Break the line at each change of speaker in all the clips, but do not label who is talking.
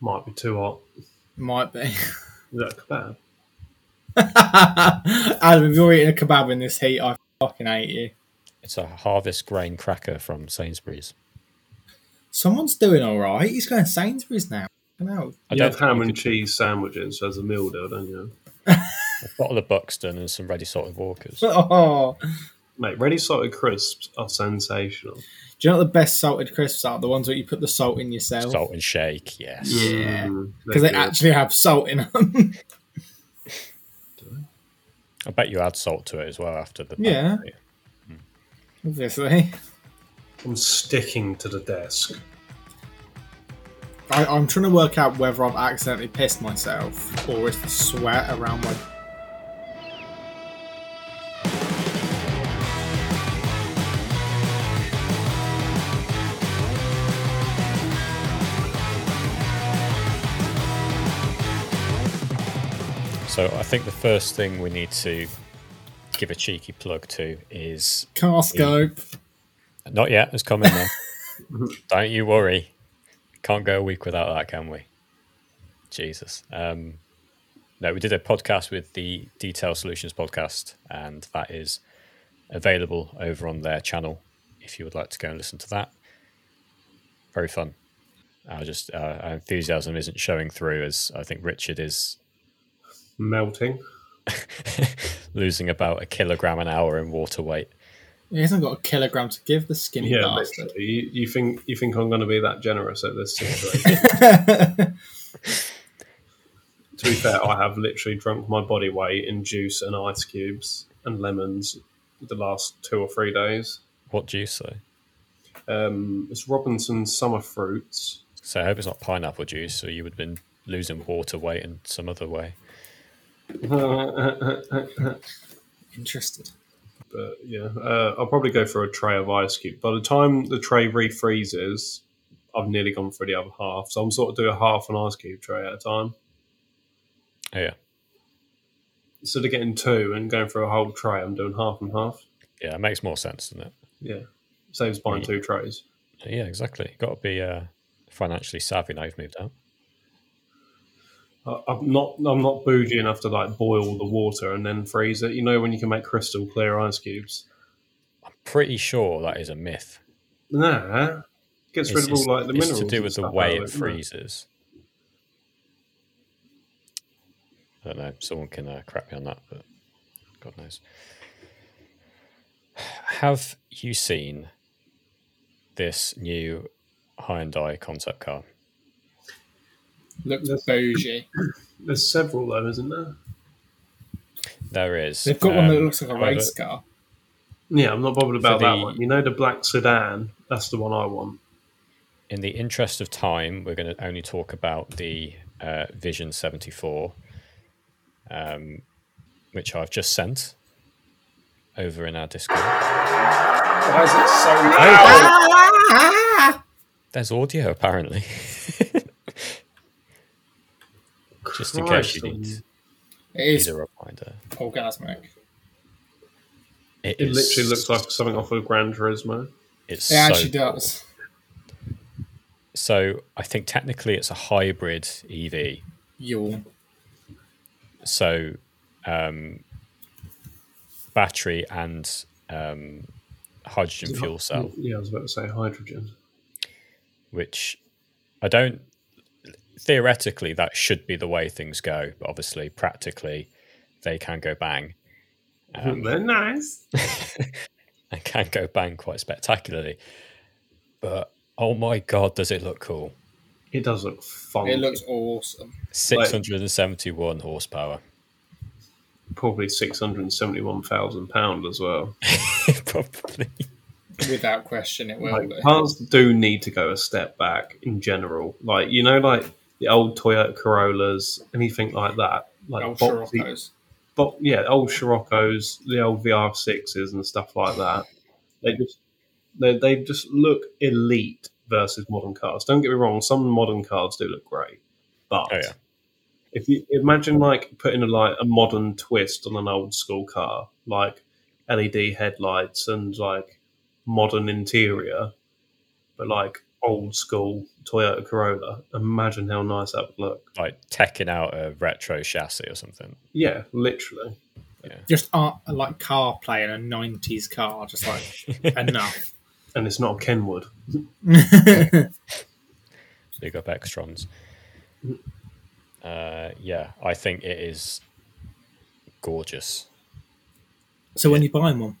Might be too hot.
Might be.
Is that a kebab?
Adam, if you're eating a kebab in this heat, I fucking hate you.
It's a harvest grain cracker from Sainsbury's.
Someone's doing all right. He's going Sainsbury's now. Fucking hell.
I
you
don't
have ham
think
and
you
cheese sandwiches as a meal deal, don't you?
could- A bottle of Buxton and some ready salted Walkers.
Oh, do
Mate, ready salted crisps are sensational.
you know what the best salted crisps are? The ones where you put the salt in yourself.
Salt and shake, yes.
Yeah.
Mm, they're
Because they
good.
actually have salt in them.
I bet you add salt to it as well after the.
Yeah. Obviously.
I'm sticking to the desk.
I, I'm trying to work out whether I've accidentally pissed myself or it's the sweat around my.
So I think the first thing we need to give a cheeky plug to is
Car scope.
not yet. It's coming now. Don't you worry. Can't go a week without that, can we? Jesus. Um, no, we did a podcast with the Detail Solutions podcast, and that is available over on their channel if you would like to go and listen to that. Very fun. I just uh, our enthusiasm isn't showing through as I think Richard is
Melting.
losing about a kilogram an hour in water weight.
He hasn't got a kilogram to give the skinny
Yeah,
bastard.
literally. You, you think you think I'm going to be that generous at this situation? to be fair, I have literally drunk my body weight in juice and ice cubes and lemons the last two or three days.
What juice though?
Um, it's Robinson summer fruits.
So I hope it's not pineapple juice, or you would have been losing water weight in some other way.
but
Interested.
yeah, uh, I'll probably go for a tray of ice cube. By the time the tray refreezes, I've nearly gone through the other half. So I'm sort of doing half an ice cube tray at a time.
Oh, yeah,
Instead of getting two and going for a whole tray, I'm doing half and half.
yeah, it makes more sense, doesn't it?
Yeah. Saves buying
Yeah.
two trays.
Yeah, exactly. Got to be uh, financially savvy now you've moved out.
I- I'm not. I'm not bougie enough to like boil the water and then freeze it. You know when you can make crystal clear ice cubes.
Pretty sure that is a myth.
Nah, gets rid of all like the
it's
minerals.
to do
and
with the
stuff
way
out of
it
isn't it?
freezes. I don't know. Someone can uh, crack me on that, but God knows. Have you seen this new Hyundai concept car?
Looks bougie.
There's several though, isn't there?
There is.
They've got one that
um,
looks like a
however,
race car.
Yeah, I'm not bothered about
For
that
the-
one. You know the black sedan. That's the one I want.
In the interest of time, we're going to only talk about the uh, Vision 74, um, which I've just sent over in our Discord.
Why is it so loud? Ah!
There's audio, apparently. just in case
Christ,
you need,
It
need
is
a reminder.
orgasmic.
It literally looks like something off of Gran Turismo.
it's
It actually
so cool.
does.
So I think technically it's a hybrid E EV.
Yawn.
so um, battery and um, hydrogen fuel cell,
Yeah, I was about to say hydrogen.
which I don't theoretically that should be the way things go, but obviously practically they can go bang Um,
They're nice.
and can go bang quite spectacularly. But oh my god, does it look cool!
It does look fun.
It looks awesome.
Six hundred and seventy-one horsepower,
probably six hundred and seventy-one thousand pound as well.
probably.
Without question, it will
like
be.
cars do need to go a step back in general. Like you know, like the old Toyota Corollas, anything like that. Like
Oh,
boxy-
Scirocco's.
bo- yeah, old Scirocco's, the old VR sixes and stuff like that. They just they, they just look elite versus modern cars. Don't get me wrong, some modern cars do look great, but
Oh, yeah.
if you imagine like putting a like a modern twist on an old school car, like E LED headlights and like modern interior, but like old school Toyota Corolla. Imagine how nice that would look.
Like teching out a retro chassis or something.
Yeah, literally.
Just art, like car play in a 90s car, just like enough.
And it's not a Kenwood.
Big up Extrons. Uh, yeah, I think it is gorgeous.
so when you buying one,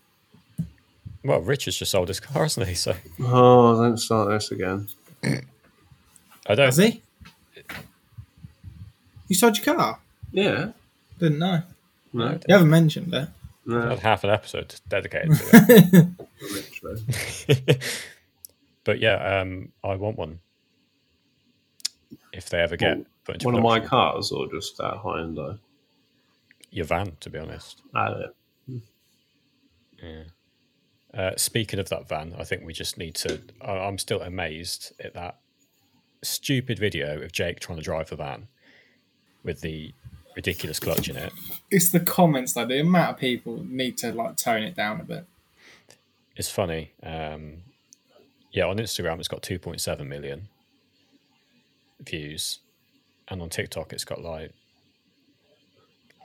Well, Richard's just sold his car, hasn't he? So
Oh, don't start this again.
I don't.
has he? You sold your car?
Yeah.
Didn't know.
No.
You haven't mentioned it.
Had
No.
half an episode just dedicated to
Literally.
it. but yeah, um, I want one if they ever get
Well,
put into
One of my
production.
cars, or just that high end though.
your van, to be honest.
I don't-
Uh, speaking of that van, I think we just need to. I, I'm still amazed at that stupid video of Jake trying to drive the van with the ridiculous clutch in it.
It's the comments, though. The amount of people need to like tone it down a bit.
It's funny. Um, yeah, on Instagram, it's got 2.7 million views, and on TikTok, it's got like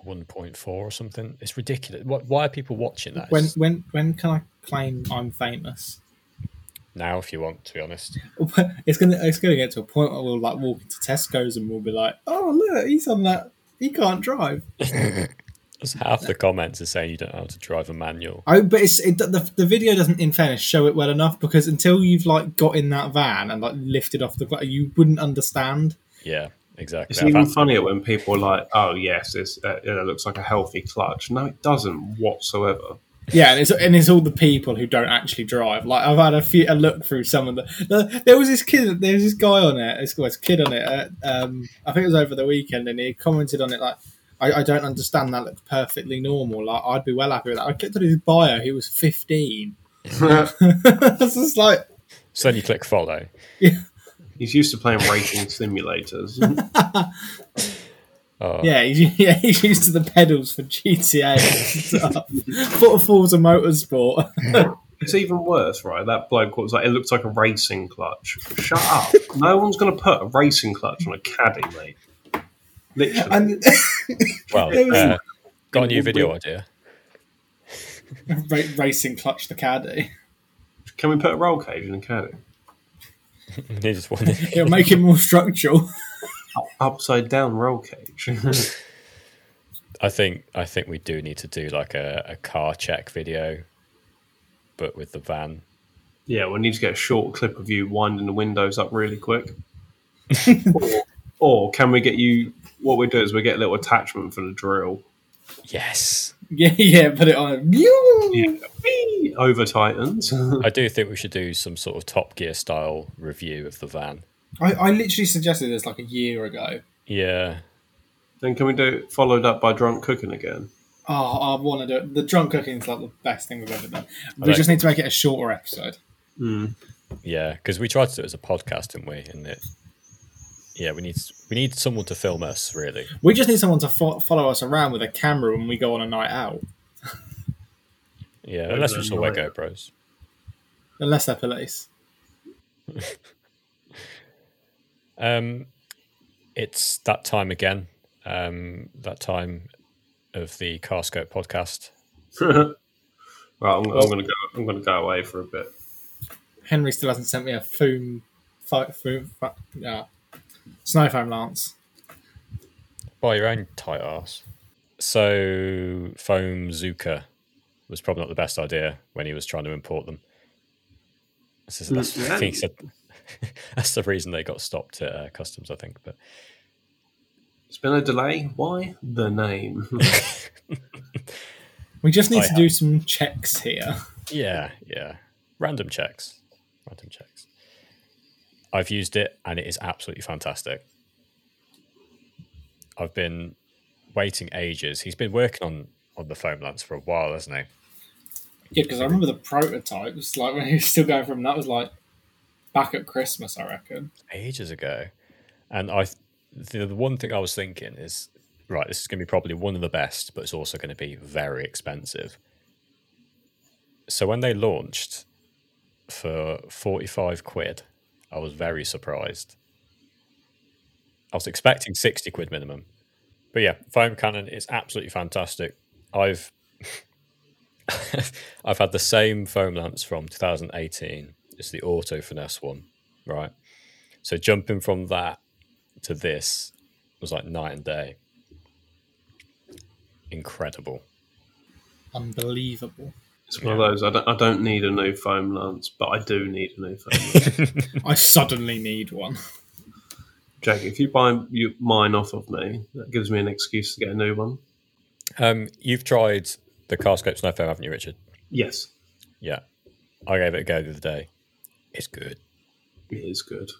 1.4 or something. It's ridiculous. What, why are people watching that?
When
It's-
when when can I claim I'm famous?
now, if you want, to be honest.
It's gonna it's gonna get to a point where we'll like walk into Tesco's and we'll be like, oh look, he's on that. He can't drive.
That's half the comments are saying you don't know how to drive a manual.
Oh, but it's it, the the video doesn't, in fairness, show it well enough because until you've like got in that van and like lifted off the, gla- you wouldn't understand.
Yeah, exactly.
It's
I've
even
had-
funnier when people are like, "Oh yes, it's, uh, it looks like a healthy clutch." No, it doesn't whatsoever.
Yeah, and it's and it's all the people who don't actually drive. Like I've had a few a look through some of the. the there was this kid. There was this guy on it. This guy's kid on it. uh, um, I think it was over the weekend, and he commented on it like, "I, I don't understand. That looks perfectly normal. Like I'd be well happy with that." I clicked on his bio. He was fifteen. it's just like
So then you click follow.
He's used to playing racing simulators.
Oh,
yeah, he's, yeah, he's used to the pedals for GTA. and stuff. Footfalls and motorsport.
It's even worse, right? That bloke was like, it looks like a racing clutch. Shut up. No one's going to put a racing clutch on a caddy, mate. Literally.
And
Well, uh, got a new video idea.
ra- racing clutch the caddy.
Can we put a roll cage in a caddy?
Needed one.
It'll make it more structural.
Upside down roll cage.
I think I think we do need to do like a, a car check video, but with the van.
yeah, we need to get a short clip of you winding the windows up really quick. or, or can we get you? What we do is we get a little attachment for the drill.
Yes,
Yeah, yeah, put it on.
Yeah. Whee! Over Titans.
I do think we should do some sort of Top Gear style review of the van.
I, I literally suggested this like a year ago.
Yeah,
then can we do followed up by drunk cooking again?
Oh, I want to do it. The drunk cooking's like the best thing we've ever done. We
like-
just need to make it a shorter episode.
Hmm.
yeah, because we tried to do it as a podcast, didn't we? And it, yeah, we need we need someone to film us really.
We just need someone to fo- follow us around with a camera when we go on a night out,
Yeah, unless we just all wear
Overnight.
GoPros.
unless they're police.
Um, it's that time again. Um, that time of the Carscope podcast.
right, I'm, I'm gonna go. I'm gonna go away for a bit.
Henry still hasn't sent me a foam, fight, foam, fi- yeah, snow foam lance.
By your own tight ass. So foam Zuka was probably not the best idea when he was trying to import them. This is- That's,
Mm,
I think he said- that's the reason they got stopped at uh, customs, I think. But
It's been a delay. Why the name?
We just need
I
to
have-
do some checks here.
yeah, yeah, random checks, random checks. I've used it and it is absolutely fantastic. I've been waiting ages. He's been working on on the foam lance for a while, hasn't he?
Yeah, because I remember the prototypes, like when he was still going from that was like back at Christmas, I reckon.
ages ago. And I, the, the one thing I was thinking is, right, this is going to be probably one of the best, but it's also going to be very expensive. So when they launched for 45 quid, I was very surprised. I was expecting 60 quid minimum. But yeah, foam cannon is absolutely fantastic. I've I've had the same foam lamps from 2018. It's the auto finesse one, right? So jumping from that to this was like night and day. Incredible.
Unbelievable.
It's one of those. I don't, I don't need a new foam lance, but I do need a new foam lance.
I suddenly need one.
Jake, if you buy you, mine off of me, that gives me an excuse to get a new one.
Um, you've tried the Carscape Snow Foam, haven't you, Richard?
Yes,
Yeah. I gave it a go the other day. It's good.
it is good.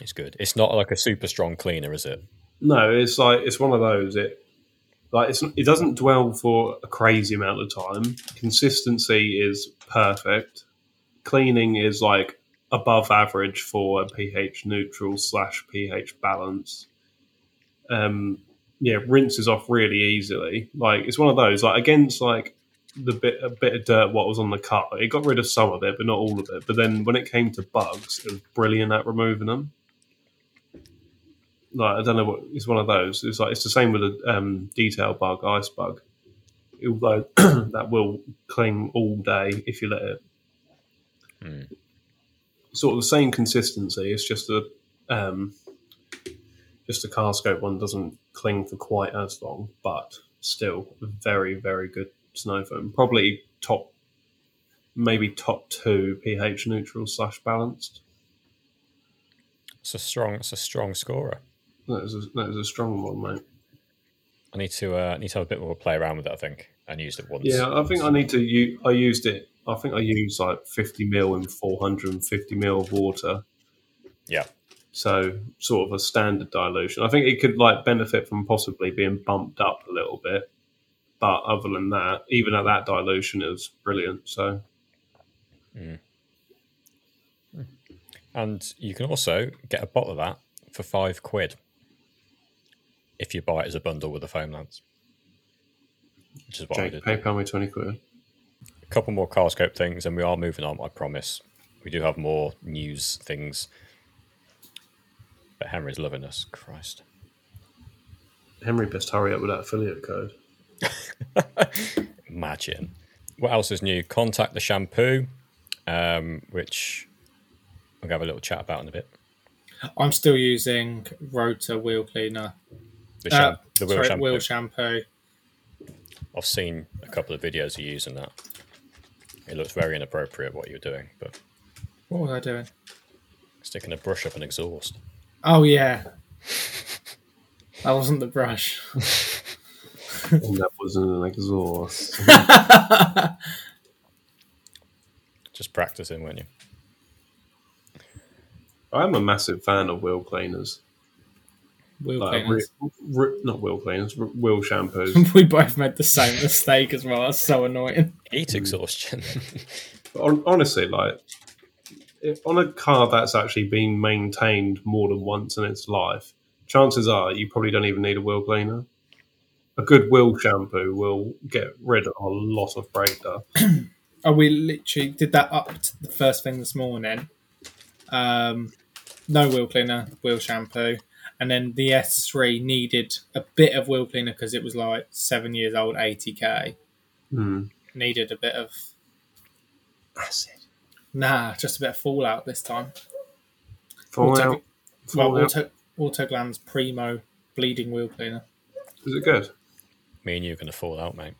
It's good. It's not like a super strong cleaner, is it?
No, it's like it's one of those. It like it's, it doesn't dwell for a crazy amount of time. Consistency is perfect. Cleaning is like above average for a pH neutral slash pH balance. Um, yeah, rinses off really easily. Like it's one of those. Like against like the bit a bit of dirt what was on the cut, it got rid of some of it, but not all of it. But then when it came to bugs, it was brilliant at removing them like I don't know what it's one of those. It's like it's the same with a um, detail bug, ice bug. Although that will cling all day if you let it.
Hmm.
Sort of the same consistency. It's just the um, just the car scope one doesn't cling for quite as long, but still very very good snow foam. Probably top, maybe top two pH neutral slash balanced.
It's a strong it's a strong scorer.
That is a, that is a strong one, mate.
I need to uh, I need to have a bit more play around with it, I think. And used it once.
Yeah, I think I need to. u- I used it. I think I used like 50 mil and 450 mil of water.
Yeah.
So sort of a standard dilution. I think it could like benefit from possibly being bumped up a little bit, but other than that, even at that dilution, it was brilliant. So
And you can also get a bottle of that for five quid if you buy it as a bundle with the foam lance. Which is what I
Jake,
did.
PayPal me 20 quid.
A couple more car scope things, and we are moving on, I promise. We do have more news things. But Henry's loving us. Christ.
Henry, best hurry up with that affiliate code.
Imagine. What else is new? Contact the shampoo, um, which we'll have a little chat about in a bit.
I'm still using Rota wheel cleaner.
The,
Uh,
sham- the wheel
sorry,
shampoo.
wheel shampoo.
I've seen a couple of videos of you using that. It looks very inappropriate what you're doing, but
What was I doing?
sticking a brush up an exhaust.
Oh yeah, that wasn't the brush.
and that wasn't an exhaust.
Just practicing, weren't you?
I'm a massive fan of wheel cleaners.
Wheel
Like,
cleaners.
re- re- not wheel cleaners, r- wheel shampoos.
we both made the same mistake as well. That's so annoying.
Heat exhaustion.
Hon- honestly, like if- on a car that's actually been maintained more than once in its life, chances are you probably don't even need a wheel cleaner. A good wheel shampoo will get rid of a lot of brake dust.
Oh, we literally did that up to the first thing this morning. Um, no wheel cleaner, wheel shampoo, and then the S3 needed a bit of wheel cleaner because it was like seven years old, 80k.
Hmm.
Needed a bit of
Acid.
nah, just a bit of fallout this time.
Fallout.
Well,
Fallout.
auto Autogland's Primo bleeding wheel cleaner.
Is it good?
Me and you are going to fall out, mate.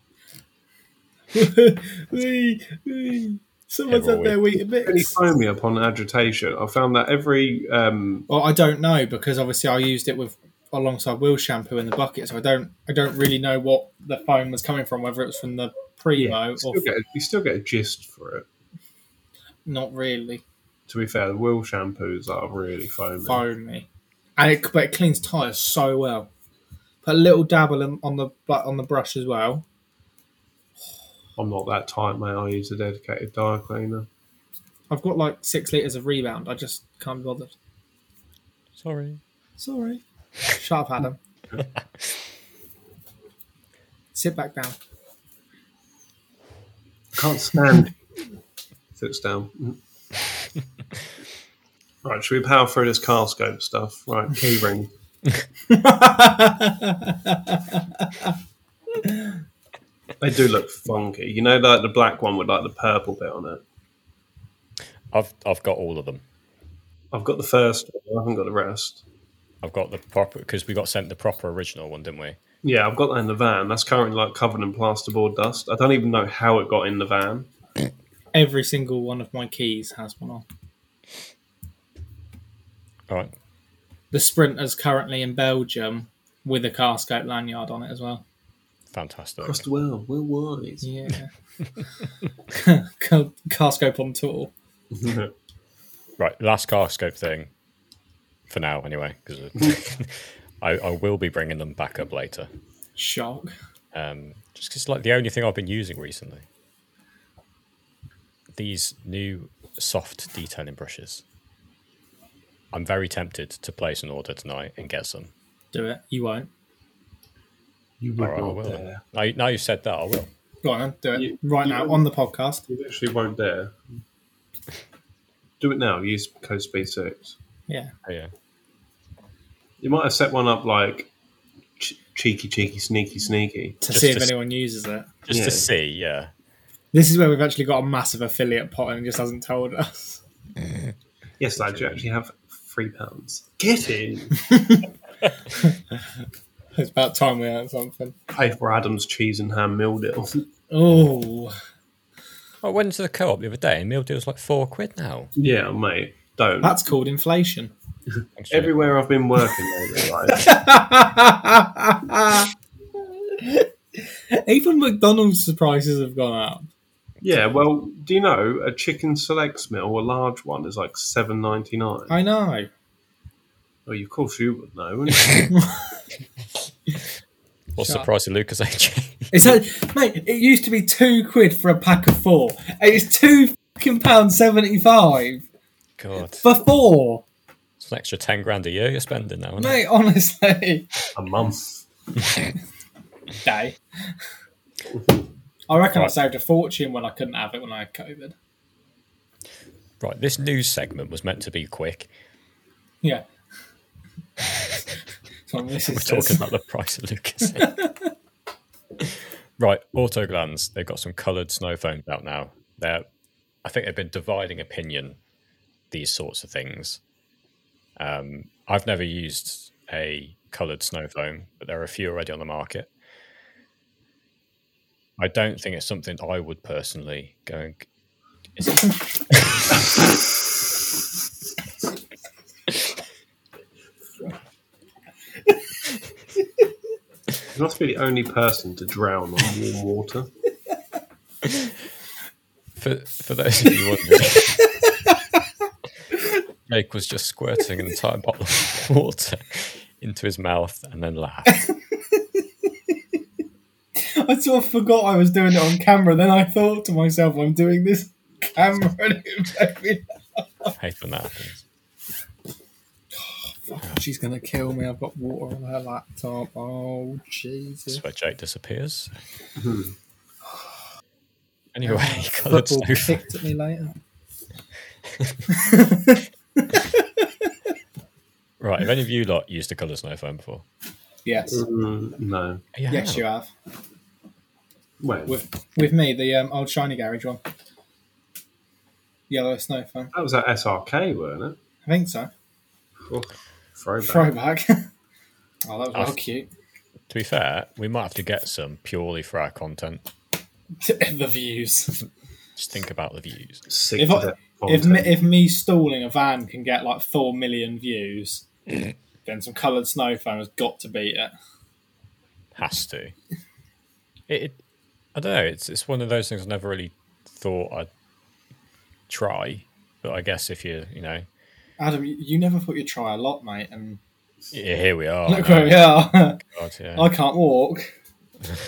Wee, wee. Someone's
Yeah, well,
had their wheat a
Any
bit.
foamy upon agitation. I found that every um,
Well, I don't know because obviously I used it with alongside wheel shampoo in the bucket, so I don't I don't really know what the foam was coming from, whether it was from the Primo
you
or
still, get a, you still get a gist for it.
not really
To be fair, the wheel shampoos are really foamy.
foamy, and it but it cleans tires so well. Put a little dabble in, on the bu- on the brush as well.
I'm not that type, mate. I use a dedicated dye cleaner.
I've got like six liters of rebound. I just can't be bothered.
Sorry.
Sorry. Shut up, Adam. Sit back down.
Can't stand. Sits down. Right, should we power through this car scope stuff? Right, keyring. They do look funky. You know, like the black one with like the purple bit on it.
I've I've got all of them.
I've got the first one. I haven't got the rest.
I've got the proper because we got sent the proper original one, didn't we?
Yeah, I've got that in the van. That's currently like covered in plasterboard dust. I don't even know how it got in the van.
Every single one of my keys has one on.
All right.
The Sprinter's currently in Belgium with a car scope lanyard on it as well.
Fantastic.
Across the world, worldwide.
Yeah. car scope on tour.
Right, last car scope thing for now, anyway, because I, I will be bringing them back up later.
Shock.
Um, just 'cause, like the only thing I've been using recently. These new soft detailing brushes. I'm very tempted to place an order tonight and get some.
Do it. You won't.
you
All
would
right, I
not
will. then.
dare.
Now, you- now you've said that, I will.
Go on, then. do it
You-
right
you
now
won't.
on the podcast.
You literally won't dare. Do it now. Use code speed six.
Yeah.
Oh, yeah.
You might have set one up like ch- cheeky, cheeky, sneaky, sneaky.
To
Just
see if
to s-
anyone uses it.
Just
Yeah.
to see, yeah.
This is where we've actually got a massive affiliate pot and it just hasn't told us.
Yes, lad, you actually have three pounds. Get in.
It's about time we had something.
Pay for Adam's cheese and ham meal deal.
Oh,
I went into the co-op the other day and meal deal's like four quid now.
yeah, mate. Don't.
that's called inflation.
Thanks, Jimmy.
Everywhere I've been working lately, like,
Even McDonald's prices have gone up.
Yeah, well, do you know a chicken selects meal, a large one, is like seven ninety nine.
I know.
Oh, of course you would know. wouldn't you?
What's
Shut
the
up.
price of Lucas AJ?
It's a, mate. It used to be two quid for a pack of four. It's two fucking pound seventy five
God,
for four.
it's an extra ten grand a year you're spending now. Isn't it?
Mate, honestly,
a month.
day. I reckon I saved a fortune when I couldn't have it when I had COVID.
Right, this news segment was meant to be quick.
Yeah. So this
We're
is
talking about the price of Lucas. right, Autoglans. They've got some coloured snow foams out now. They're, I think they've been dividing opinion. These sorts of things. Um, I've never used a coloured snow foam, but there are a few already on the market. I don't think it's something I would personally go and. Is it-
You must be the only person to drown on warm water.
For for those of you wondering, Jake was just squirting an entire bottle of water into his mouth and then laughed.
I sort of forgot I was doing it on camera. Then I thought to myself, I'm doing this camera. And it made me...
I hate when that happens.
Fuck, Oh, she's going to kill me. I've got water on her laptop. Oh, Jesus.
That's where Jake disappears. Anyway, coloured
Hmm. Um, Football
sofa.
kicked at me later.
Right, have any of you lot used a coloured snow foam before?
Yes.
Mm, no.
Yeah,
Yes, you have.
Wait.
With, with me, the um, old shiny garage one. Yellow snow foam.
that was at SRK, weren't
I think so.
it? Oh, throwback.
Throwback. oh, that was well
I've-
cute.
To be fair, we might have to get some purely for our content.
the views.
Just think about the views.
Sick
If
to
I-
death
if me,
content.
if me stalling a van can get like four million views, then some coloured snow foam has got to beat it.
Has to. It, it I don't know. It's it's one of those things I never really thought I'd try, but I guess if you you know
Adam, you, you never thought you'd try a lot, mate, and
yeah, here we are.
look
now.
where we are.
God, yeah.
I can't walk.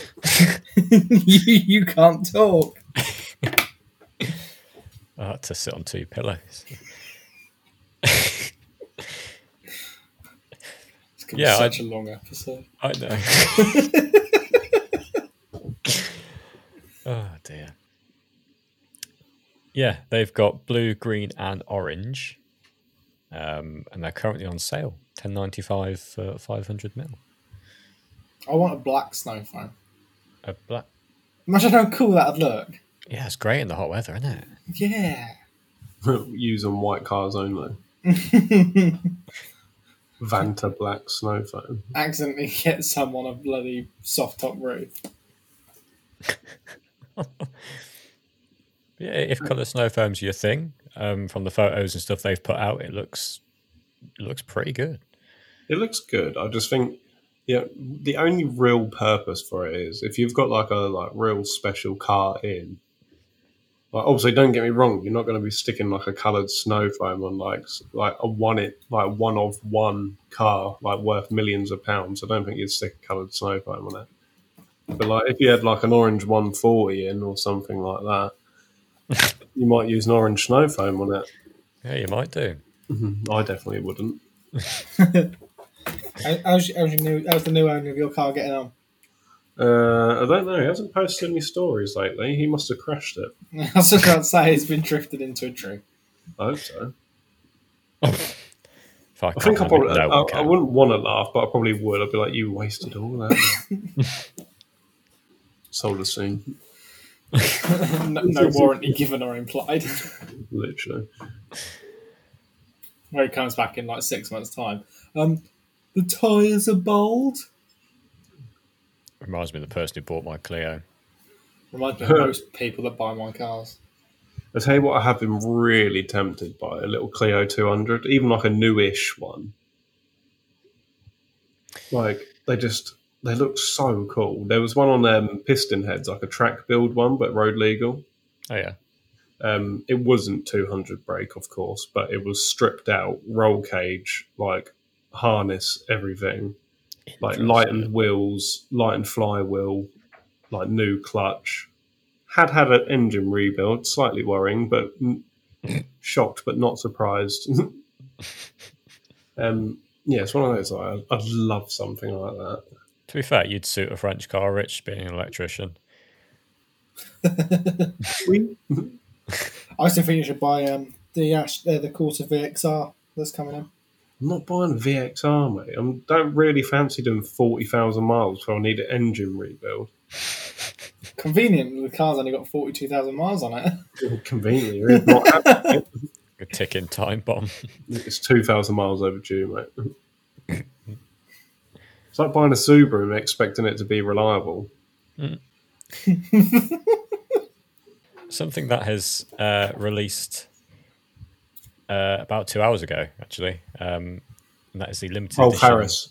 you, you can't talk.
I had to sit on two pillows.
It's gonna
Yeah,
be such a long episode.
I know. oh dear. Yeah, they've got blue, green, and orange. um, and they're currently on sale, ten ninety five for five hundred mil.
I want a black snow phone.
A black,
Imagine how cool that'd look.
yeah, it's great in the hot weather, isn't it?
Yeah.
Use on white cars only. Vanta black snow phone.
Accidentally hit someone a bloody soft top roof.
Yeah, if colour snow foam's your thing, um, from the photos and stuff they've put out, it looks it looks pretty good.
It looks good. I just think yeah, the only real purpose for it is if you've got like a like real special car in. Like obviously, don't get me wrong. You're not going to be sticking like a coloured snow foam on like s- like a one it like one of one car like worth millions of pounds. I don't think you'd stick a coloured snow foam on it. But like if you had like an orange 140 in or something like that, you might use an orange snow foam on it.
Yeah, you might do.
I definitely wouldn't.
How- How's, how's, your new, how's the new owner of your car getting on?
Uh, I don't know. He hasn't posted any stories lately. He must have crashed it.
I was just about to say it's been drifted into a tree.
I hope so.
If I,
I
can't
think I
have it,
probably.
no
I,
one
I
can.
wouldn't want to laugh, but I probably would. I'd be like, "You wasted all that." Sold us soon,
no, no warranty given or implied.
literally.
Where he comes back in like six months' time. Um, the tyres are bold.
Reminds me of the person who bought my Clio.
Reminds me of most people that buy my cars.
I tell you what, I have been really tempted by a little Clio 200, even like a newish one. Like they just they look so cool. There was one on um, piston heads, like a track build one, but road legal.
Oh yeah,
Um, it wasn't 200 brake, of course, but it was stripped out, roll cage, like harness, everything, like lightened wheels, lightened flywheel, like new clutch. Had had an engine rebuild, slightly worrying, but mm, shocked, but not surprised. um, yeah, it's one of those. Like, I'd love something like that.
To be fair, you'd suit a French car, Rich, being an electrician.
We,
I still think you should buy um, the Ash, uh, the Corsa VXR that's coming in.
I'm not buying a VXR, mate. I don't really fancy doing 40,000 miles, so I need an engine rebuild.
Convenient, the car's only got 42,000 miles on it.
Conveniently, it's not happening.
A ticking time bomb.
It's two thousand miles overdue, mate. It's like buying a Subaru and expecting it to be reliable.
Something that has uh, released uh, about two hours ago, actually. Um, and that is the limited.
Oh,
edition-
Harris,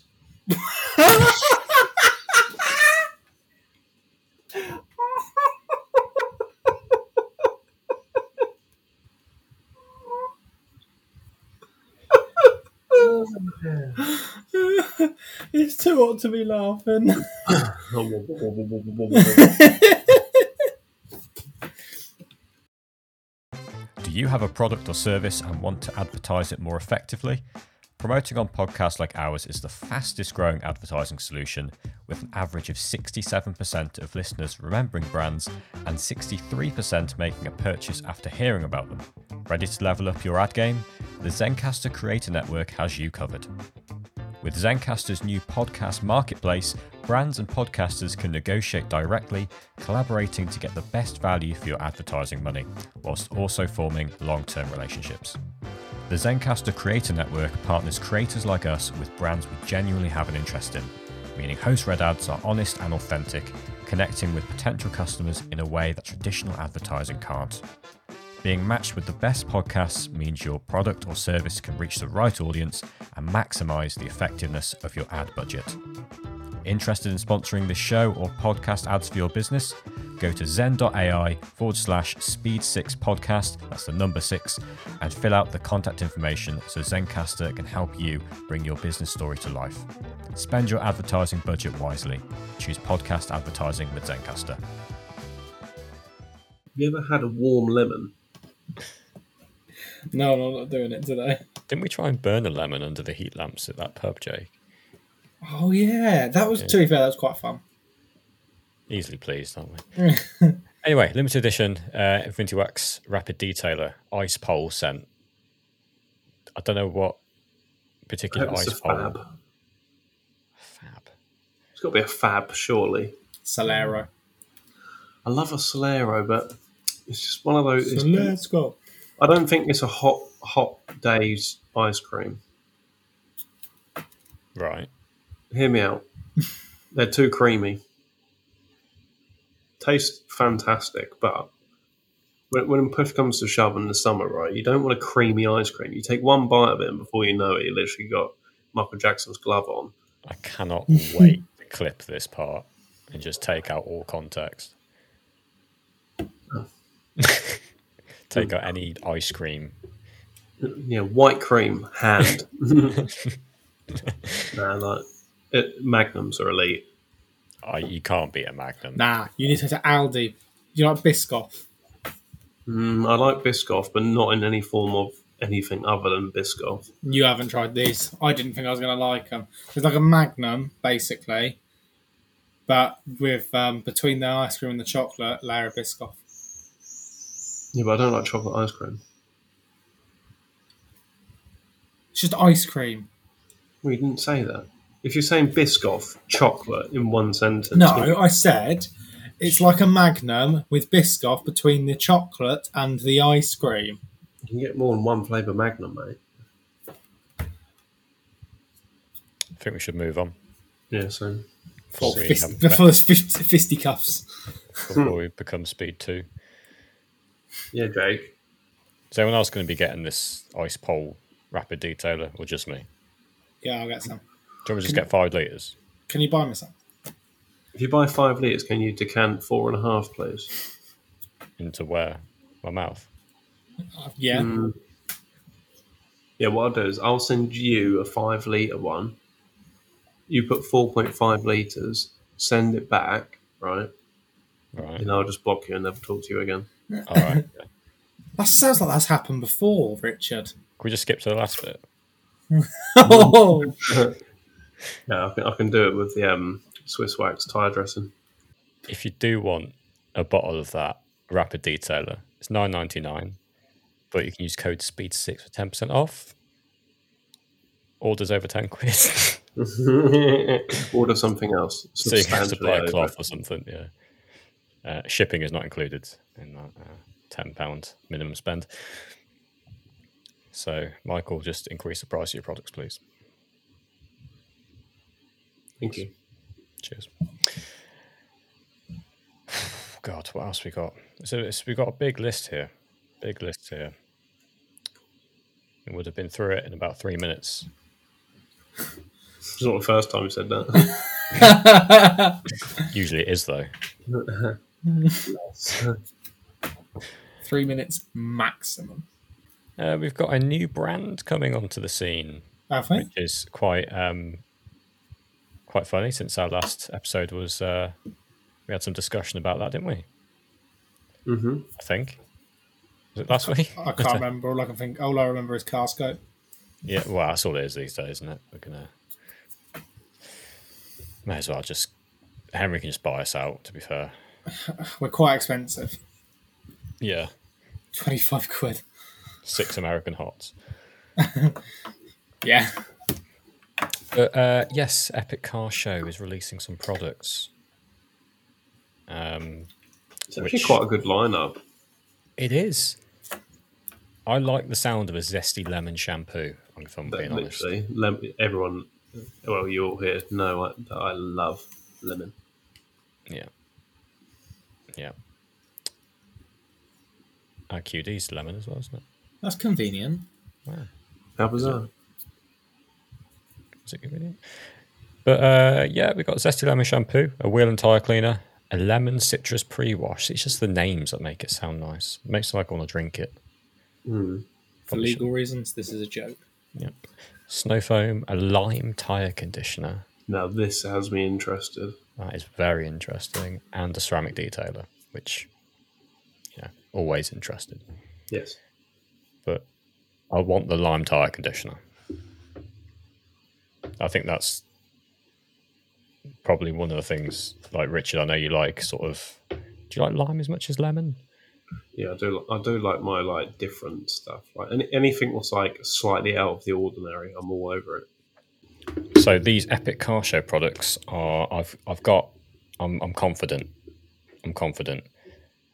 it's too hot to be laughing.
Do you have a product or service and want to advertise it more effectively? Promoting on podcasts like ours is the fastest growing advertising solution, with an average of 67% of listeners remembering brands and 63% making a purchase after hearing about them. Ready to level up your ad game? The Zencaster Creator Network has you covered. With Zencaster's new podcast marketplace, brands and podcasters can negotiate directly, collaborating to get the best value for your advertising money, whilst also forming long term relationships. The Zencaster Creator Network partners creators like us with brands we genuinely have an interest in, meaning host red ads are honest and authentic, connecting with potential customers in a way that traditional advertising can't. Being matched with the best podcasts means your product or service can reach the right audience and maximize the effectiveness of your ad budget. Interested in sponsoring this show or podcast ads for your business? Go to zen.ai forward slash speed six podcast, that's the number six, and fill out the contact information so Zencaster can help you bring your business story to life. Spend your advertising budget wisely. Choose podcast advertising with Zencaster.
have you ever had a warm lemon?
No, I'm not doing it today.
Didn't we try and burn a lemon under the heat lamps at that pub, Jake?
Oh, yeah. That was, to be fair, that was quite fun.
easily pleased, aren't we? anyway, limited edition uh, Infinity Wax Rapid Detailer Ice Pole scent. I don't know what particular
It's a
ice pole.
fab.
Fab.
It's got to be a fab, surely.
Solero.
I love a Solero, but it's just one of those. it's-
Solero.
I don't think it's a hot, hot day's ice cream.
Right.
Hear me out. They're too creamy. Tastes fantastic, but when, when push comes to shove in the summer, right, you don't want a creamy ice cream. You take one bite of it, and before you know it, you literally got Michael Jackson's glove on.
I cannot wait to clip this part and just take out all context.
Oh.
take out any ice cream.
Yeah, white cream, hand. nah, like, it, magnums are elite.
I, you can't beat a Magnum.
Nah, you need to go to Aldi. Do you like Biscoff?
Mm, I like Biscoff, but not in any form of anything other than Biscoff.
You haven't tried these. I didn't think I was going to like them. It's like a Magnum, basically, but with um, between the ice cream and the chocolate layer of Biscoff.
Yeah, but I don't like chocolate ice cream.
It's just ice cream.
Well, you didn't say that. If you're saying Biscoff, chocolate in one sentence.
No, I said it's like a Magnum with Biscoff between the chocolate and the ice cream.
You can get more than one flavour magnum, mate.
I think we should move on.
Yeah, so.
Before we,
Fist-
have-
before it's fist, fisticuffs.
before we become speed two.
Yeah, Jake.
Is anyone else going to be getting this ice pole rapid detailer or just me?
Yeah, I'll get some.
Do you want me to just get five litres?
Can you buy me some?
If you buy five litres, can you decant four and a half, please?
Into where? My mouth.
Uh, yeah.
Mm. Yeah, what I'll do is I'll send you a five litre one. You put 4.5 litres, send it back, right?
Right.
And I'll just block you and never talk to you again.
All right. Can
That sounds like that's happened before, Richard.
we just skip to the last bit?
Oh,
Yeah, I can, I can do it with the um, Swiss wax tie dressing.
if you do want a bottle of that rapid detailer, it's nine ninety nine, but you can use code speed six for ten percent off. Orders over ten quid, so
Order something else.
you can have to
substantially
buy a
over.
cloth or something. Yeah, uh, shipping is not included in that uh, ten pound minimum spend. So, Michael, just increase the price of your products, please.
Thank you.
Cheers. God, what else we got? So it's, we got a big list here. Big list here. We would have been through it in about three minutes.
It's not the first time you said that.
Usually it is though.
three minutes maximum.
Uh, we've got a new brand coming onto the scene,
Have we?
which is quite um, quite funny. Since our last episode was, uh, we had some discussion about that, didn't we?
Mhm.
I think was it last week?
I can't remember. All I can think, all I remember is Carscope.
Yeah, well, that's all it is these days, isn't it? We're gonna may as well just Henry can just buy us out. To be fair,
We're quite expensive.
yeah,
Twenty-five quid.
six American hots.
Yeah.
But uh, yes, Epic Car Show is releasing some products. Um,
It's actually
Which-
quite a good lineup.
it is. I like the sound of a zesty lemon shampoo. If I'm being honest,
Literally, Lem- everyone, well, you all here know I, that I love lemon.
yeah, yeah. Our QD's lemon as well, isn't it?
That's convenient.
Wow.
How bizarre!
Is it convenient? But uh, yeah, we got zesty lemon shampoo, a wheel and tire cleaner, a lemon citrus pre wash. It's just the names that make it sound nice. makes it like I want to drink it.
For
Probably
legal reasons, this is a joke.
Yep. Snow foam, a lime tire conditioner.
Now this has me interested.
That is very interesting, and a ceramic detailer, which you know, always interested.
Yes,
But I want the lime tire conditioner. I think that's probably one of the things like Richard, I know you like sort of do you like lime as much as lemon?
Yeah, I do. I do like my like different stuff. Like any, anything that's like slightly out of the ordinary, I'm all over it.
So these Epic Car Show products are I've I've got I'm I'm confident I'm confident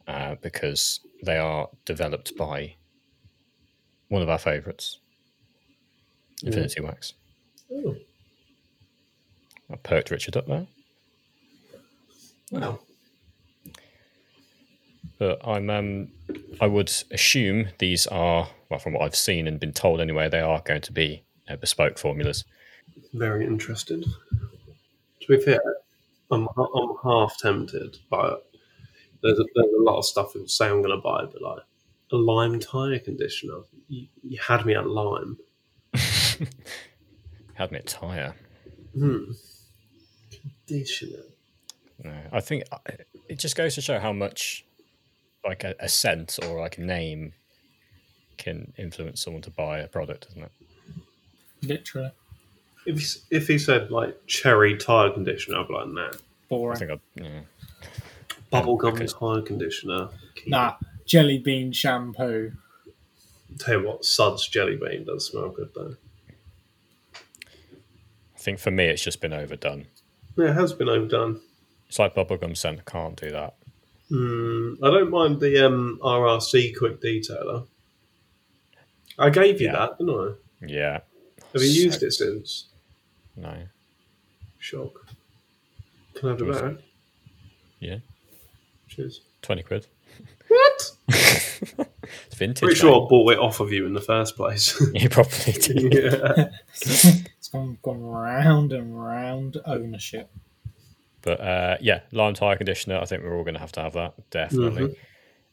uh, because they are developed by one of our favourites, Infinity Wax.
Oh,
I perked Richard up there,
wow.
but I'm um I would assume these are well from what I've seen and been told anyway they are going to be uh, bespoke formulas.
Very interested. To be fair, I'm I'm half tempted, but there's a, there's a lot of stuff people say I'm going to buy, but like a lime tire conditioner, you, you had me at lime.
Had me at tire.
Hmm. Conditioner.
No, I think I- it just goes to show how much like a, a scent or like a name can influence someone to buy a product, doesn't it?
Literally
If he, s- if he said like cherry tire conditioner, I'd be like, nah.
I
boring.
think I'd, yeah.
Bubblegum
Okay.
tire conditioner. Keep
Nah, jelly bean shampoo.
it. Tell you what, Suds jelly bean does smell good though.
I think for me it's just been overdone.
Yeah, it has been overdone.
It's like bubblegum scent. I can't do that.
Mm, I don't mind the um, RRC quick detailer. I gave you
Yeah.
that, didn't I?
Yeah.
Have you
So-
used it since?
No.
Shock. Can I have it
Was-
back?
Yeah.
Cheers.
Twenty quid.
What?
It's vintage.
Pretty
mate.
sure I bought it off of you in the first place.
You probably did.
yeah.
it's gone, gone round and round ownership.
But uh, yeah, lime tire conditioner. I think we're all going to have to have that definitely.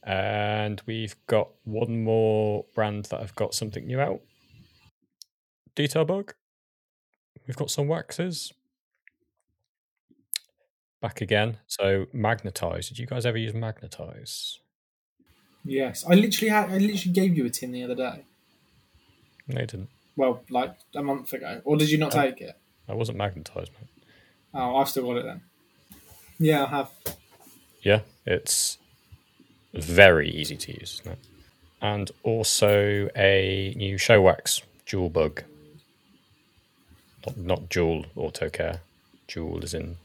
And we've got one more brand that have got something new out. Detail bug. We've got some waxes back again. So magnetize. Did you guys ever use magnetize?
Yes, I literally had. I literally gave you a tin the other day.
No, you didn't.
Well, like a month ago, or did you not
Oh.
take it?
I wasn't magnetized, mate.
Oh, I've still got it then. Yeah, I have.
Yeah, it's very easy to use, isn't it? And also a new show wax, Jewel Bug. Not, not Jewel Auto Care. Jewel is in.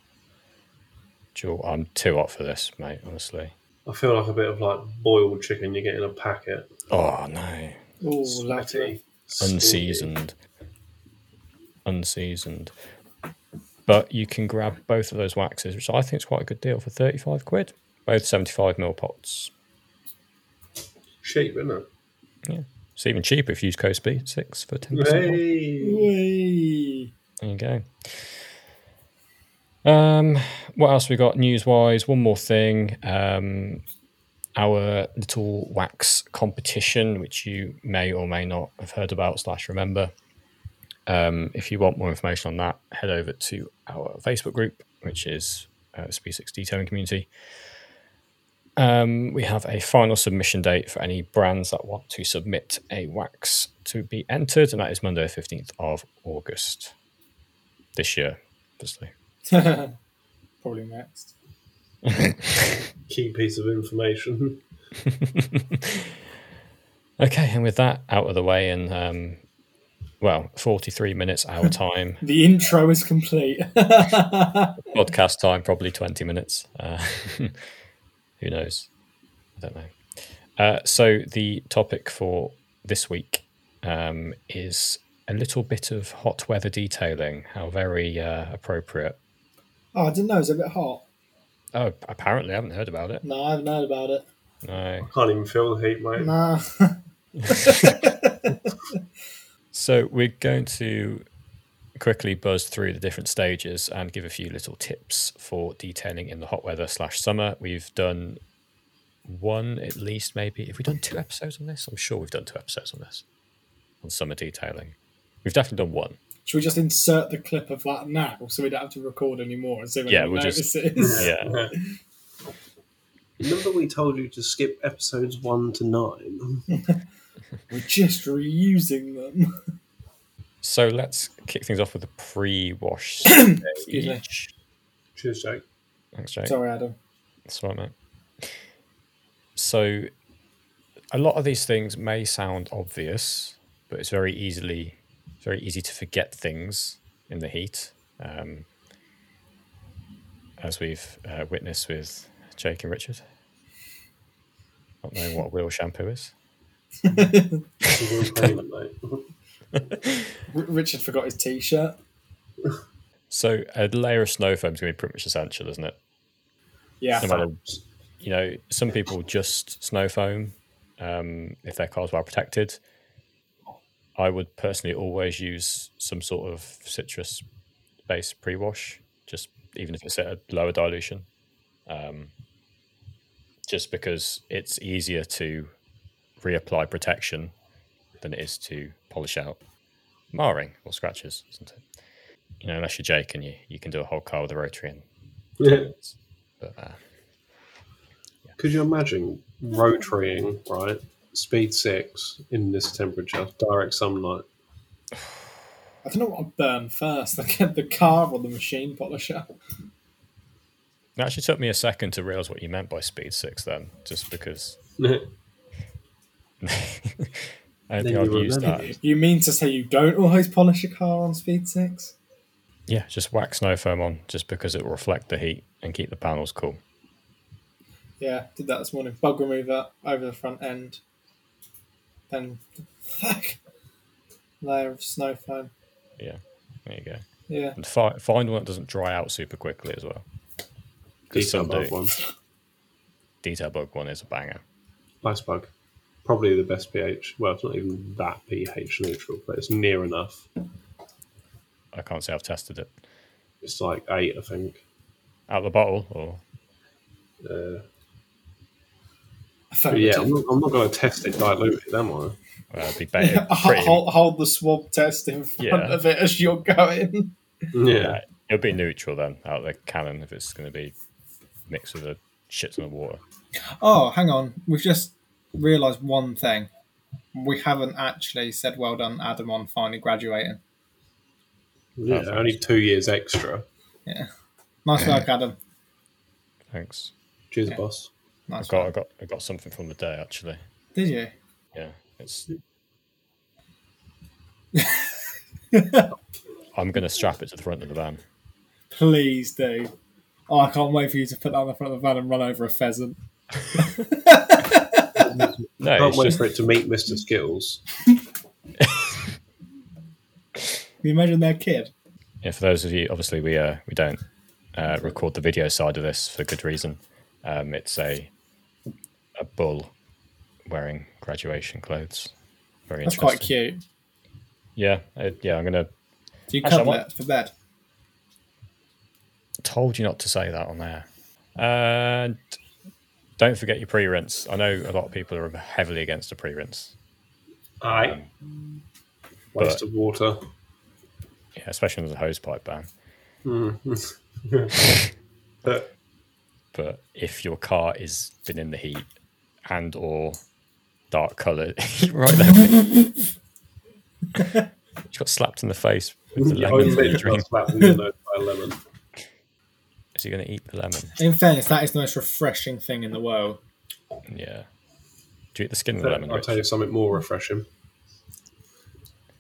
Jewel. I'm too hot for this, mate, honestly.
I feel like a bit of like boiled chicken you get in a packet.
Oh, no.
Oh, lovely.
Sweaty.
Unseasoned. Unseasoned. But you can grab both of those waxes, which I think is quite a good deal for 35 quid. Both 75ml pots.
Cheap, isn't it?
It's even cheaper if you use code speed six for ten percent.
Hey.
Whee!
There you go. Um, what else we got news wise? One more thing. Um, our little wax competition, which you may or may not have heard about slash remember. Um, if you want more information on that, head over to our Facebook group, which is uh, the Speed6 Detailing Community. Um, we have a final submission date for any brands that want to submit a wax to be entered, and that is Monday, the 15th of August this year, obviously.
Probably next.
Key piece of information.
Okay, and with that out of the way, and um, well, 43 minutes our time,
The intro is complete.
podcast time probably 20 minutes. Uh, who knows? I don't know. Uh, so, the topic for this week um, is a little bit of hot weather detailing. How very uh, appropriate.
oh, I didn't know it was a bit hot.
Oh, apparently, I haven't heard about it.
No, I haven't heard about it.
No.
Can't even feel the heat, mate.
Nah.
So we're going to quickly buzz through the different stages and give a few little tips for detailing in the hot weather slash summer. We've done one at least, maybe. Have we done two episodes on this? I'm sure we've done two episodes on this on summer detailing. We've definitely done one.
Should we just insert the clip of that now so we don't have to record anymore and see when
Yeah,
we
we'll just-
notices? Just...
Yeah.
Remember we told you to skip episodes one to nine?
We're just reusing them.
So let's kick things off with the pre-wash
me.
stage.
Cheers, Jake.
Thanks, Jake.
Sorry, Adam.
That's right, mate. So a lot of these things may sound obvious, but it's very easily it's very easy to forget things in the heat, um, as we've uh, witnessed with Jake and Richard. Not knowing what wheel shampoo is.
It's a real payment, mate.
R- Richard forgot his t-shirt.
So a layer of snow foam is going to be pretty much essential, isn't it?
Yeah,
No matter, you know, some people just snow foam um, if their car's well protected. I would personally always use some sort of citrus based pre wash, just even if it's at a lower dilution. Um, just because it's easier to reapply protection than it is to polish out marring or scratches, isn't it? You know, unless you're Jake and you, you can do a whole car with a rotary in.
Yeah.
But uh,
Could you imagine rotarying, right? Speed six in this temperature, direct sunlight.
I don't know what I'd burn first: the, the car or the machine polisher.
It actually took me a second to realize what you meant by speed six then, just because
That's
I don't
Then
think
you
I've used
remember.
that.
You mean to say you don't always polish a car on speed six?
Yeah, just whack snow foam on just because it will reflect the heat and keep the panels cool.
Yeah, did that this morning. Bug remover over the front end. Then fuck layer of snow foam.
There you go.
Yeah,
And fi- find one that doesn't dry out super quickly as well. Because
a
some
bug
do.
one.
Detail bug one is a banger.
Ice bug. Probably the best pH. Well, it's not even that pH neutral, but it's near enough.
I can't say I've tested it.
It's like eight, I think.
Out the bottle or
Uh,
I
but
found
yeah,
it.
I'm not, I'm not going to test it diluted, am I?
uh, be better. pretty-
hold, hold the swab test in front
Yeah.
of it as you're going.
Yeah.
It'll be neutral then out of the cannon if it's going to be mixed with a shit ton of water.
Oh, hang on. We've just realised one thing. We haven't actually said well done, Adam, on finally graduating.
Yeah,
Perfect.
only two years extra.
Nice work, Adam.
Thanks.
Cheers,
Yeah.
boss.
I
Nice
got, I
work.
got, I got something from the day actually.
Did you?
Yeah, it's. I'm going to strap it to the front of the van.
Please do. Oh, I can't wait for you to put that on the front of the van and run over a pheasant.
No,
Can't
it's
wait
just, Mm.
for it to meet Mr. Skittles.
Can you imagine their kid?
yeah, for those of you, obviously we uh, we don't uh, record the video side of this for good reason. Um, it's a a bull wearing graduation clothes. Very
That's
interesting.
quite cute.
Yeah, it, yeah. I'm going to
Do you
Actually, I
cuddle
want-
it for bed?
told you not to say that on there. And don't forget your pre-rinse. I know a lot of people are heavily against a pre-rinse.
Aye.
Um,
Waste of water.
Yeah, especially under the hose pipe ban.
But
but if your car is been in the heat and or dark colour, You're right there. she got slapped in the face with the
I
lemon. that you
literally
drink.
got slapped in the nose by a lemon.
Is he going to eat the lemon?
In fairness, that is the most refreshing thing in the world.
Yeah. Do you eat the skin of the
But
lemon?
I'll
Rich?
tell you something more refreshing.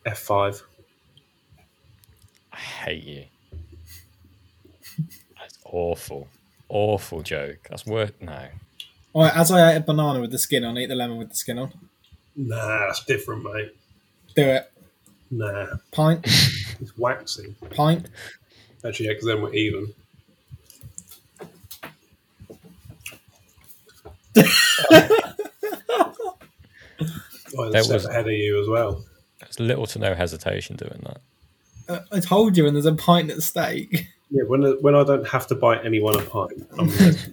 F5.
I hate you. That's awful. Awful joke. That's worth no.
All right, as I ate a banana with the skin on, eat the lemon with the skin on.
Nah, it's different, mate.
Do it.
Nah,
Pint,
it's waxy.
pint.
Actually, yeah, because then we're even. Oh, and
That
step
was-
ahead of you as well.
There's little to no hesitation doing that.
Uh, I told you, and there's a pint at stake.
Yeah, when when I don't have to buy anyone a pint, I'm just-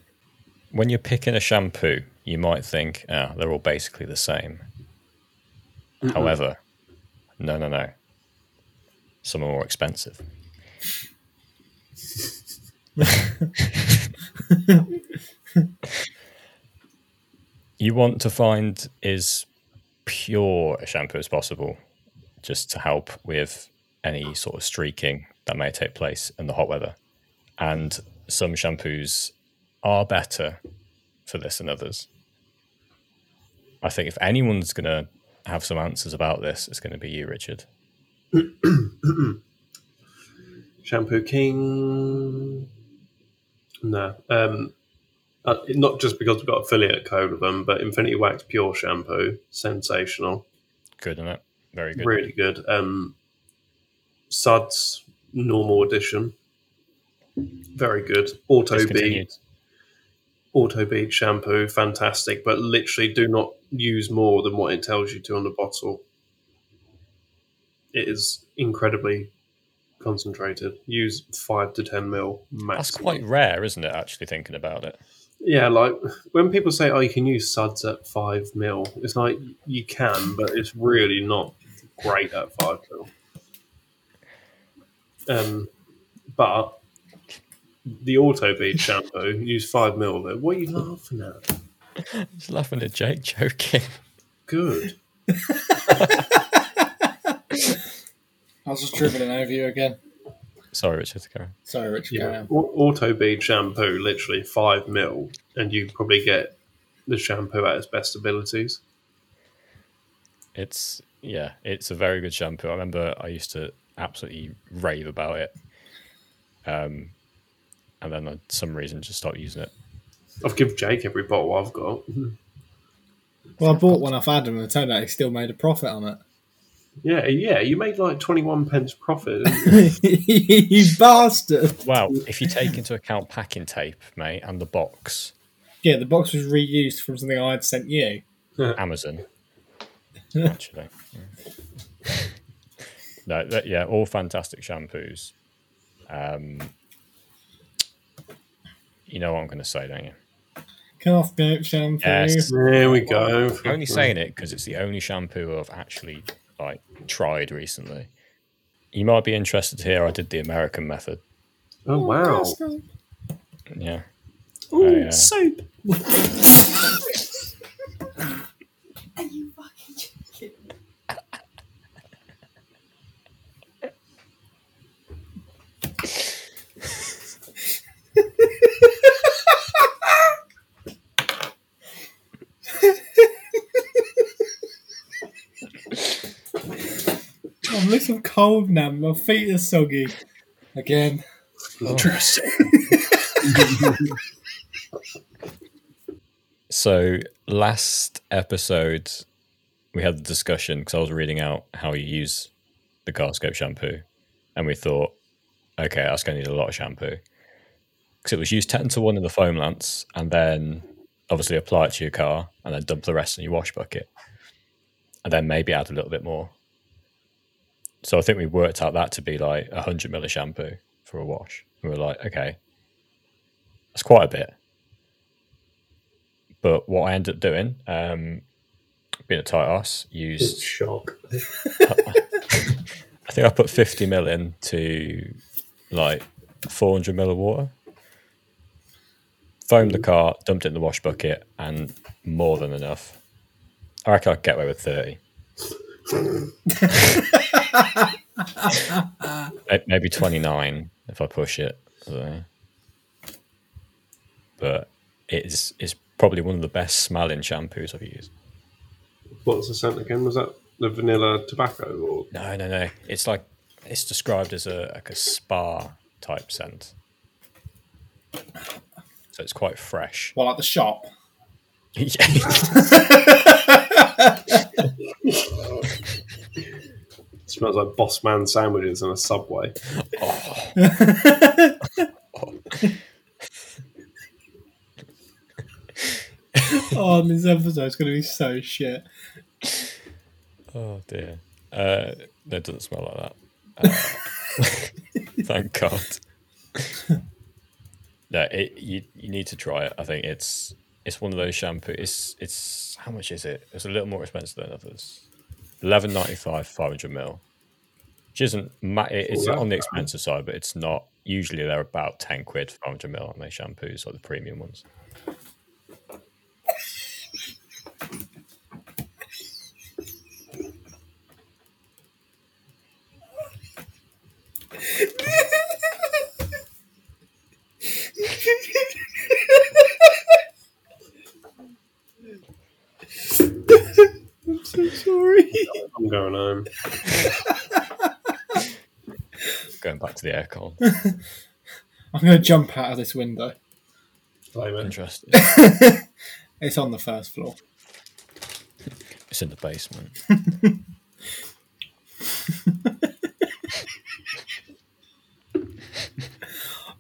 When you're picking a shampoo, you might think, ah, they're all basically the same. However, no, no, no. Some are more expensive. you want to find as pure a shampoo as possible, just to help with any sort of streaking that may take place in the hot weather. And some shampoos are better for this than others. I think if anyone's going to have some answers about this, it's going to be you, Richard.
Shampoo King. No, um, uh, not just because we've got affiliate code with them, but Infinity Wax Pure Shampoo, sensational,
Good, isn't it? Very good.
really good. Um, Suds Normal Edition, very good. Auto
Discontinued.
bead, auto bead shampoo, fantastic. But literally, do not use more than what it tells you to on the bottle. It is incredibly concentrated. Use five to ten mil maximum.
That's quite rare, isn't it? Actually, thinking about it.
Yeah, like when people say, "Oh, you can use suds at five mil," it's like you can, but it's really not great at five mil. Um, but the auto bead shampoo, use five mil of it. What are you laughing at?
Just laughing at Jake joking.
Good.
I was just dribbling over you again.
Sorry, Richard. Carry on.
Sorry, Rich. go
Yeah.
on.
Au- Auto bead shampoo, literally five mil, and you probably get the shampoo at its best abilities.
It's yeah, it's a very good shampoo. I remember I used to absolutely rave about it, um, and then I, some reason just stopped using it.
I've given Jake every bottle I've got.
Well, I bought one off Adam, and it turned out he still made a profit on it.
Yeah, yeah, you made like twenty-one pence profit. didn't you?
you bastard!
Wow, if you take into account packing tape, mate, and the box,
Yeah, the box was reused from something I had sent you.
Amazon. Actually, Yeah. no, that, yeah, all fantastic shampoos. Um, you know what I'm going to say, don't you?
Calf goat shampoo.
Yes.
There we go.
I'm Oh, only saying it because it's the only shampoo I've actually like tried recently. You might be interested to hear I did the American method.
Oh wow!
Bastard.
Yeah,
Ooh,
I, uh,
soap.
Are you fucking joking?
I'm a little cold now. My feet are soggy. Again.
Oh.
Interesting.
So last episode, we had the discussion because I was reading out how you use the Carscope shampoo, and we thought, okay, that's going to need a lot of shampoo because it was used ten to one in the foam lance, and then obviously apply it to your car, and then dump the rest in your wash bucket, and then maybe add a little bit more. So I think we worked out that to be like hundred ml of shampoo for a wash. We were like, okay, that's quite a bit. But what I ended up doing, um, being a tight ass, used
shock.
I think I put 50 mil in to like 400 mil of water. Foamed the car, dumped it in the wash bucket, and more than enough. I reckon I could get away with 30. May- Maybe 29 if I push it. So. But it's, it's probably one of the best smelling shampoos I've used.
What was the scent again? Was that the vanilla tobacco? Or
No, no, no. It's like it's described as a like a spa type scent. So it's quite fresh.
Well, at the shop.
Yeah.
it smells like Boss Man sandwiches in a subway.
Oh, this episode's going to be so shit.
oh dear. Uh, no, it doesn't smell like that. Uh, thank God. no, it, you you need to try it. I think it's it's one of those shampoo. It's it's how much is it? It's a little more expensive than others. Eleven ninety five, five hundred mil. Which isn't ma- it- it's
Oh, that's
on the
bad.
expensive side, but it's not. Usually they're about ten quid, five hundred mil on their shampoos, like the premium ones.
I'm going home.
Going back to the aircon.
I'm going to jump out of this window.
Blame it.
Interesting.
It's on the first floor.
It's in the basement.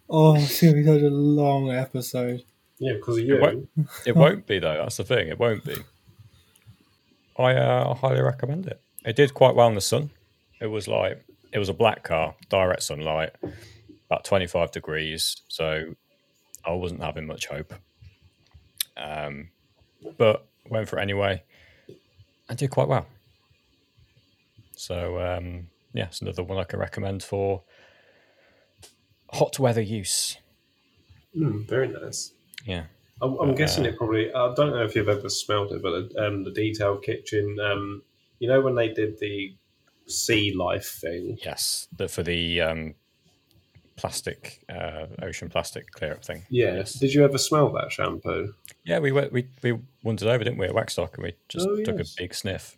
Oh, it's going to be such a long episode.
Yeah, because of you.
What? It won't be though. That's the thing. It won't be. I uh, highly recommend it. It did quite well in the sun. It was like it was a black car, direct sunlight, about twenty five degrees. So I wasn't having much hope. Um, but went for it anyway, and did quite well. So um, yeah, it's another one I can recommend for hot weather use.
Mm, very nice.
Yeah.
I'm, I'm guessing it probably. I don't know if you've ever smelled it, but um, the detailed kitchen. Um, you know when they did the sea life thing.
Yes, the, for the um, plastic, uh, ocean plastic clear up thing.
Yes. Did you ever smell that shampoo?
Yeah, we went, we we wandered over, didn't we, at Waxstock, and we just
Oh,
took a
yes.
big sniff.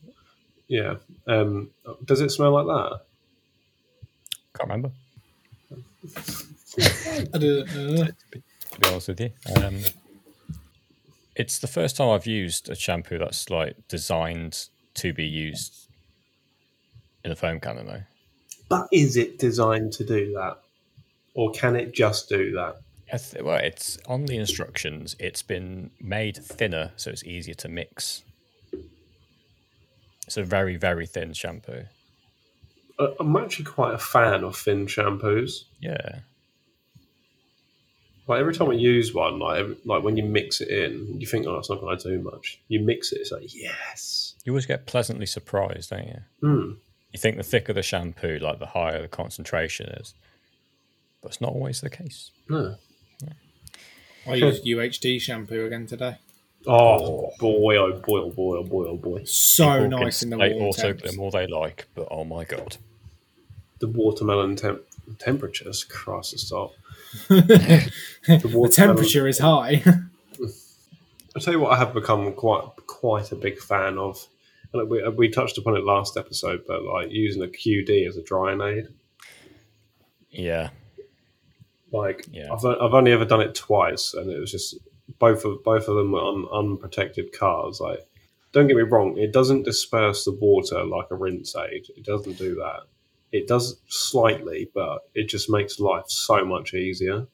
Yeah. Um, does it smell like that?
Can't remember
I uh, don't know.
to be honest with you. Um, it's the first time I've used a shampoo that's like designed to be used in a foam cannon, though.
But is it designed to do that, or can it just do that?
I th- well, it's on the instructions. It's been made thinner, so it's easier to mix. It's a very, very thin shampoo.
I- I'm actually quite a fan of thin shampoos.
Yeah.
Like every time I use one, like every, like when you mix it in, you think, oh, it's not going to do much. You mix it, it's like yes.
You always get pleasantly surprised, don't you?
Hmm.
You think the thicker the shampoo, like the higher the concentration is, but it's not always the case.
No.
I used UHD shampoo again today.
Oh boy! Oh boy! Oh boy! Oh boy! Oh boy!
So
People can
nice in the
say
warm
auto
temps.
bloom all they like, but oh my god,
The watermelon temp- temperatures. Christ, it's hot.
The temperature is high.
I'll tell you what, I have become quite quite a big fan of. And we, we touched upon it last episode, but like using a QD as a drying aid.
yeah,
Like
Yeah.
I've, I've only ever done it twice, and it was just both of both of them were on unprotected cars. Like, don't get me wrong, it doesn't disperse the water like a rinse aid. It doesn't do that. It does slightly, but it just makes life so much easier.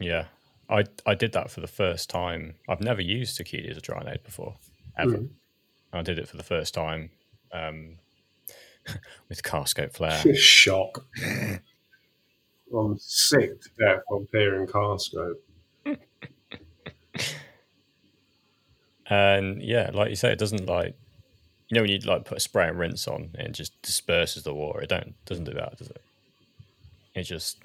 yeah. I I did that for the first time. I've never used Akili as a dry aid before, ever.
Hmm.
Mm.
I did it for the first time um, with Carscope Flare.
Shock. I'm sick to death of hearing car scope.
And yeah, like you say, it doesn't like you know when you like put a spray and rinse on and it just disperses the water. It don't doesn't do that, does it? It just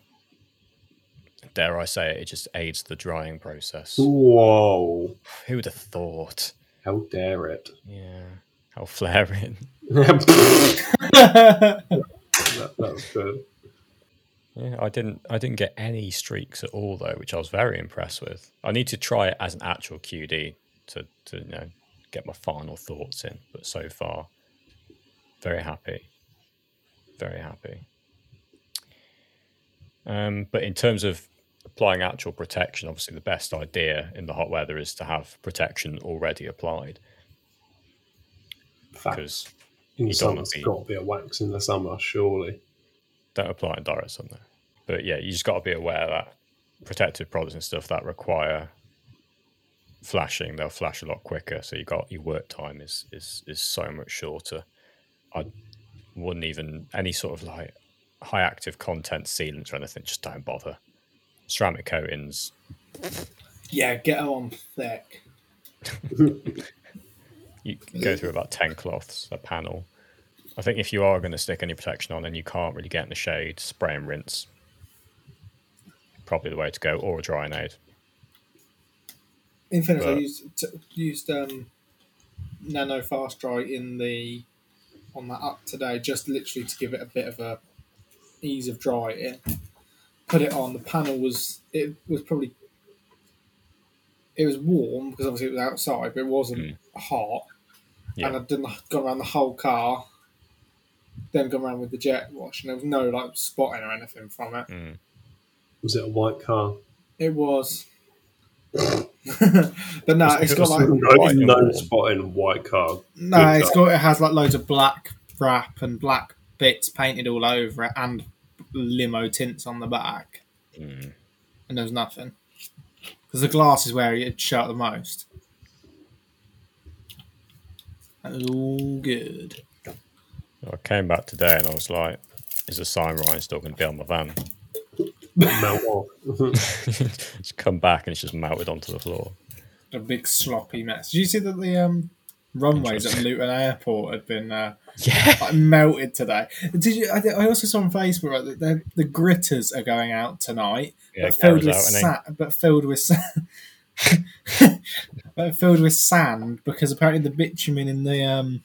dare I say it, it just aids the drying process.
Whoa.
Who would have thought?
How dare it?
Yeah. How flaring.
that,
I
that's good.
Yeah, I didn't I didn't get any streaks at all though, which I was very impressed with. I need to try it as an actual QD to, to you know get my final thoughts in, but so far very happy. Very happy. Um, but in terms of applying actual protection, obviously the best idea in the hot weather is to have protection already applied
Fact.
because
In
you
the
don't
summer,
wanna
it's
be-
got to be a wax in the summer, surely.
don't apply in direct sun though. But yeah, you just got to be aware that protective products and stuff that require flashing, they'll flash a lot quicker. So you got your work time is is is so much shorter. I wouldn't even any sort of like high active content sealants or anything. Just don't bother. Ceramic coatings,
yeah, get her on thick.
you can go through about ten cloths a panel. I think if you are going to stick any protection on and you can't really get in the shade, spray and rinse. Probably the way to go, or a drying aid.
In fairness, I
But-
used t- used um, nano fast dry in the on that up today, just literally to give it a bit of a ease of drying. Put it on. The panel was it was probably it was warm because obviously it was outside, but it wasn't hot.
Mm. Yeah.
and I'd done the- gone around the whole car, then gone around with the jet wash, and there was no like spotting or anything from it.
Mm.
Was it a white car?
It was, but no, it's got like
no,
White and
no
warm.
spotting white car.
no,
Good
it's got it has like loads of black wrap and black bits painted all over it, and limo tints on the back,
Mm.
and there was nothing because the glass is where it shut the most. That was all good.
I came back today and I was like, is the sign Ryan still going to be on my van?
Melt off.
just come back and it's just melted onto the floor.
a big sloppy mess. Did you see that the um, runways at Luton Airport had been uh,
Yeah.
like, melted today? Did you? I, I also saw on Facebook right, that the, the gritters are going out tonight,
Yeah,
but, filled
carries
with
out, and
sa-
he,
but filled with sand. but filled with sand because apparently the bitumen in the um,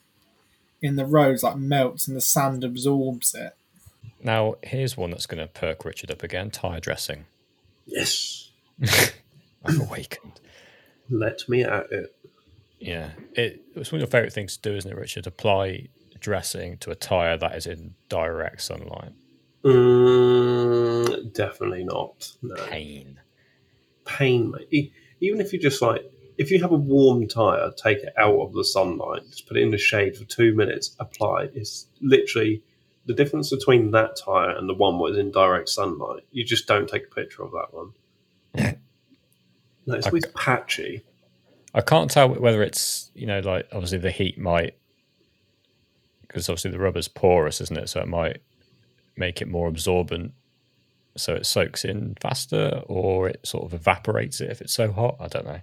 in the roads like melts and the sand absorbs it.
now, here's one that's going to perk Richard up again tyre dressing.
Yes.
I'm awakened.
Let me at it.
Yeah. It, it's one of your favourite things to do, isn't it, Richard? Apply dressing to a tyre that is in direct sunlight.
Mm, definitely not. No.
Pain.
Pain, mate. E- Even if you just like, if you have a warm tire, take it out of the sunlight, just put it in the shade for two minutes, apply. It's literally the difference between that tire and the one that is in direct sunlight. You just don't take a picture of that one. no, it's always patchy.
I can't tell whether it's, you know, like obviously the heat might, because obviously the rubber's porous, isn't it? So it might make it more absorbent. So it soaks in faster or it sort of evaporates it if it's so hot. I don't know.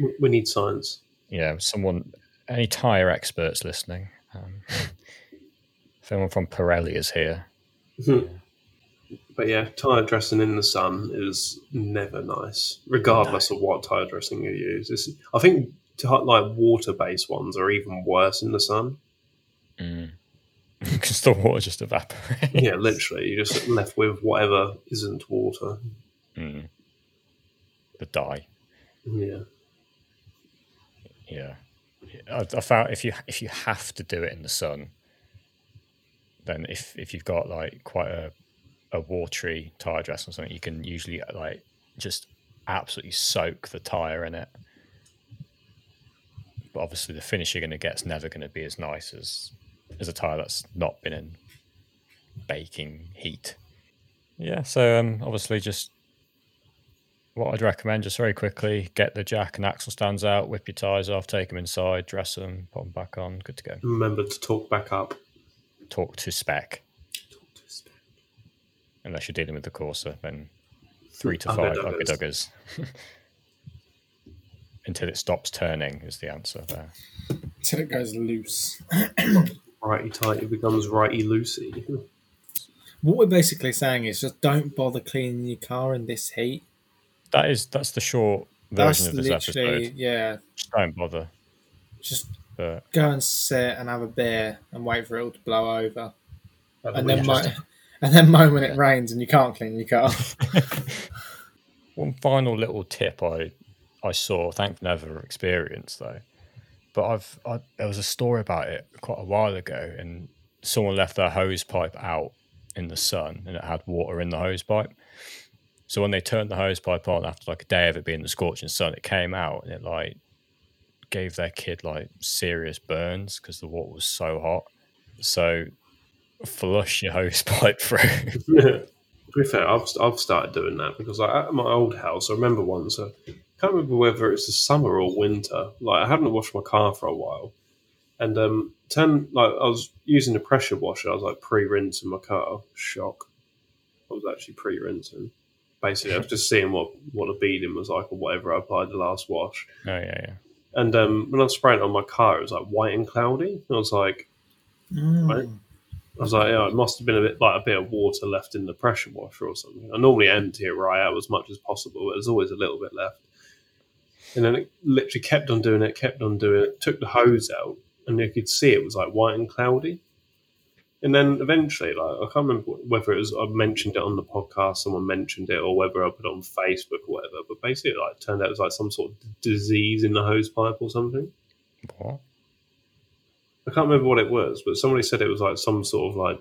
We- We need science.
Yeah, someone, any tyre experts listening? Um, if anyone from Pirelli is here,
But yeah, tire dressing in the sun is never nice, regardless of what tire dressing you use. It's, I think t- like water-based ones are even worse in the sun.
because the water just evaporates.
Yeah, literally, you're just left with whatever isn't water.
Mm. The dye.
Yeah,
Yeah, I, I found if you if you have to do it in the sun, then if if you've got like quite a a watery tire dress or something, you can usually like just absolutely soak the tire in it. But obviously, the finish you're going to get is never going to be as nice as as a tire that's not been in baking heat. Yeah, so um, obviously, just what I'd recommend, just very quickly, get the jack and axle stands out, whip your tyres off, take them inside, dress them, put them back on, good to go.
remember to talk back up.
Talk to spec, unless you're dealing with the Corsa, then three to five
Ugga-duggers.
ugga-duggers. Until it stops turning is the answer there.
Till it goes loose.
Righty tighty becomes righty loosey.
What we're basically saying is just don't bother cleaning your car in this heat.
That is that's the short
That's
version of this
literally,
episode.
yeah.
Just don't bother.
Just
But
go and sit and have a beer and wait for it all to blow over, and
We
then
just-
mo- and then moan when it rains and you can't clean your car.
One final little tip I I saw, thankfully never experienced though, but I've I, there was a story about it quite a while ago, and someone left their hose pipe out in the sun, and it had water in the hose pipe. So when they turned the hose pipe on after like a day of it being in the scorching sun, it came out and it like gave their kid like serious burns because the water was so hot. So flush your hose pipe through.
Yeah. To be fair, I've, I've started doing that because like, at my old house, I remember once, I can't remember whether it was the summer or winter. Like I hadn't washed my car for a while, and um, turn like I was using the pressure washer. I was like pre-rinsing my car. Shock! I was actually pre-rinsing. Basically, I was just seeing what what the beading was like or whatever I applied the last wash.
oh yeah, yeah.
And um, when I sprayed it on my car, it was like white and cloudy. I was like,
Mm.
I was like, yeah, it must have been a bit like a bit of water left in the pressure washer or something. I normally empty it right out as much as possible, but there's always a little bit left. And then it literally kept on doing it, kept on doing it, took the hose out, and you could see it was like white and cloudy. And then eventually, like I can't remember whether it was I mentioned it on the podcast, someone mentioned it, or whether I put it on Facebook or whatever. But basically, it, like turned out it was like some sort of d- disease in the hose pipe or something.
What?
I can't remember what it was, but somebody said it was like some sort of like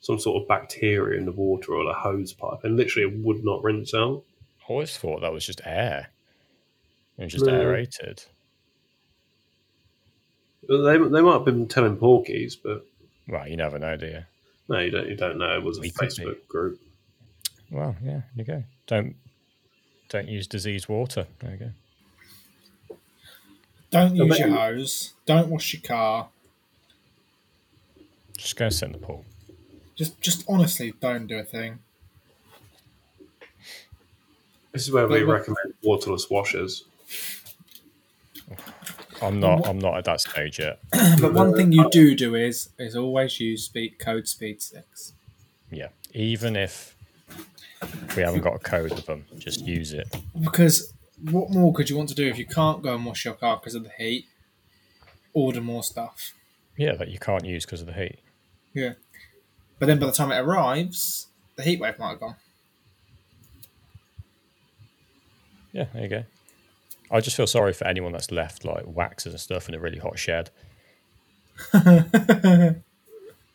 some sort of bacteria in the water or a hose pipe, and literally it would not rinse out.
I always thought that was just air. It was just
No.
aerated.
They, they might have been telling porkies, but
Well, you never know, do you?
no, you don't. You don't know. It was a
We could be.
Facebook group.
Well, yeah, there you go. Don't don't use diseased water. There you go.
Don't
I
use
bet
your
you-
hose. Don't wash your car.
Just go and sit in the pool.
Just, just honestly, don't do a thing.
This is where we
But- but-
recommend waterless washers.
I'm not. I'm not at that stage yet.
but uh, one thing you do do is is always use speed code speed six.
Yeah, even if we haven't got a code with them, just use it.
Because what more could you want to do if you can't go and wash your car because of the heat? Order more stuff.
Yeah, that you can't use because of the heat.
But then by the time it arrives, the heat wave might have gone.
Yeah, there you go. I just feel sorry for anyone that's left like waxes and stuff in a really hot shed.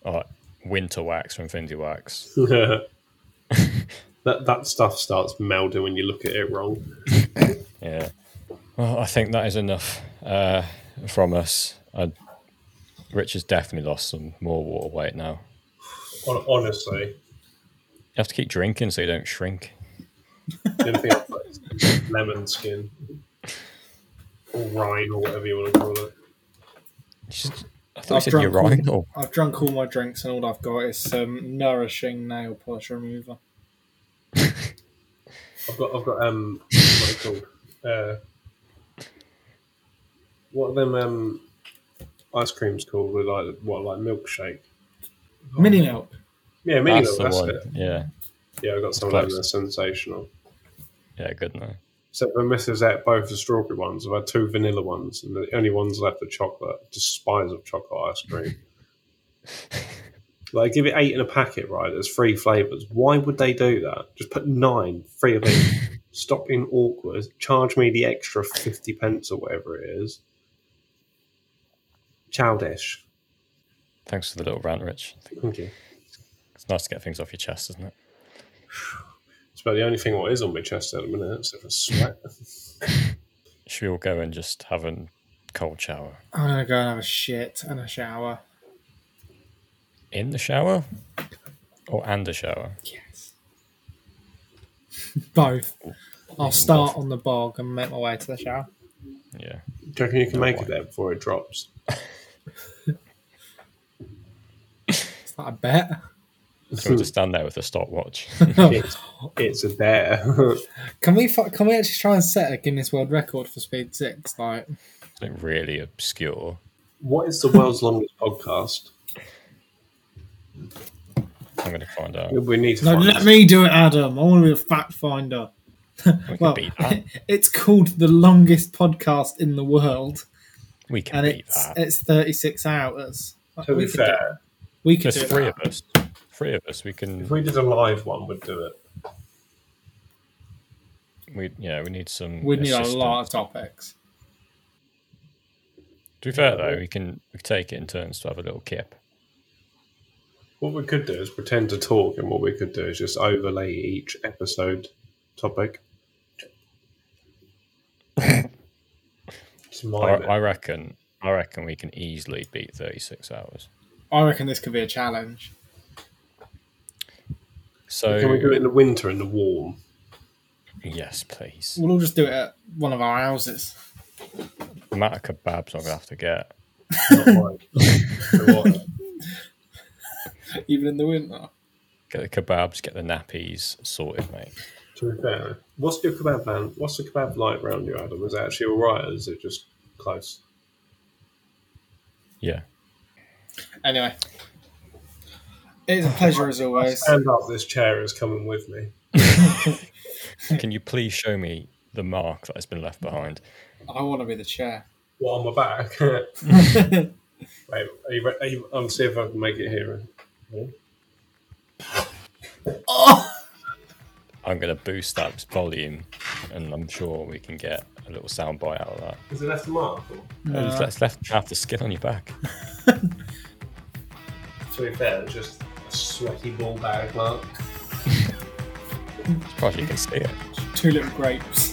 Like winter wax from Findy Wax.
that that stuff starts melting when you look at it wrong.
Yeah. Well, I think that is enough uh, from us. I, Rich has definitely lost some more water weight now.
Hon- Honestly,
You have to keep drinking so you don't shrink.
the only thing I've got is lemon skin or rind or whatever you want to call it.
Just, I
I've
thought you Oh, said
drunk all-
urinal.
I've drunk all my drinks and all I've got is some nourishing nail polish remover.
I've got I've got um what are they called? Uh, what are them um ice creams called with like what like milkshake?
Mini milk.
Yeah, mini
That's
milk.
the
That's
one.
it.
Yeah.
Yeah, I got some of
Close.
them. They're sensational.
Yeah, good no.
Except for Mrs. Ate both the strawberry ones. I've had two vanilla ones, and the only ones left are chocolate. Despise of chocolate ice cream. like, give it eight in a packet, right? There's three flavors. Why would they do that? Just put nine, three of each. Stop being awkward. Charge me the extra 50 pence or whatever it is. Childish.
Thanks for the little rant, Rich.
Thank you.
It's nice to get things off your chest, isn't it?
It's about the only thing what is on my chest at the minute, except for sweat.
Should we all go and just have a cold shower?
I'm gonna go and have a shit and a shower.
In the shower? Or and a shower?
Yes. Both. I'll start on the bog and make my way to the shower.
Yeah.
Do you reckon you can make it there before it drops?
Is that a bet?
So we just stand there with a stopwatch.
it's, it's a bear.
Can we fi- can we actually try and set a Guinness World Record for speed six? Like
Something really obscure.
What is the world's longest podcast?
I'm going to find out.
We need to
no,
find
let
this.
me do it, Adam. I want to be a fact finder.
We can
Well,
beat that.
it's called the longest podcast in the world,
We can
and
beat
it's
that.
it's thirty six hours. Like,
To
we
be
could do,
fair,
we could
There's
do
three
that.
of us. Three of us. We can.
if we did a live one, we'd do it.
We yeah. We need some.
We need a
assistance.
lot of topics.
To be fair though, we can we can take it in turns to have a little kip.
What we could do is pretend to talk, and what we could do is just overlay each episode topic. Just
I,
mime it.
I reckon. I reckon we can easily beat 36 hours.
I reckon this could be a challenge.
So
Can we do it in the winter in the warm?
yes, please.
We'll all just do it at one of our houses.
The amount of kebabs I'm gonna have to get.
Not like the water.
even in the winter.
Get the kebabs. Get the nappies sorted, mate.
to be fair, what's your kebab van? What's the kebab like round you, Adam? Is it actually all right, or is it just close?
Yeah.
Anyway, it's a pleasure as always.
Stand up. This chair is coming with me.
Can you please show me the mark that has been left behind?
I want to be the chair.
What on my back? Wait, are you, re- are you, I'm see if I can make it here.
I'm going to boost that volume, and I'm sure we can get a a little soundbite out of that.
Is it left a mark? Or?
It just
Uh,
lets left half the skin on your back.
To be fair, it's just a sweaty ball bag mark.
Surprised you can see it.
two little grapes.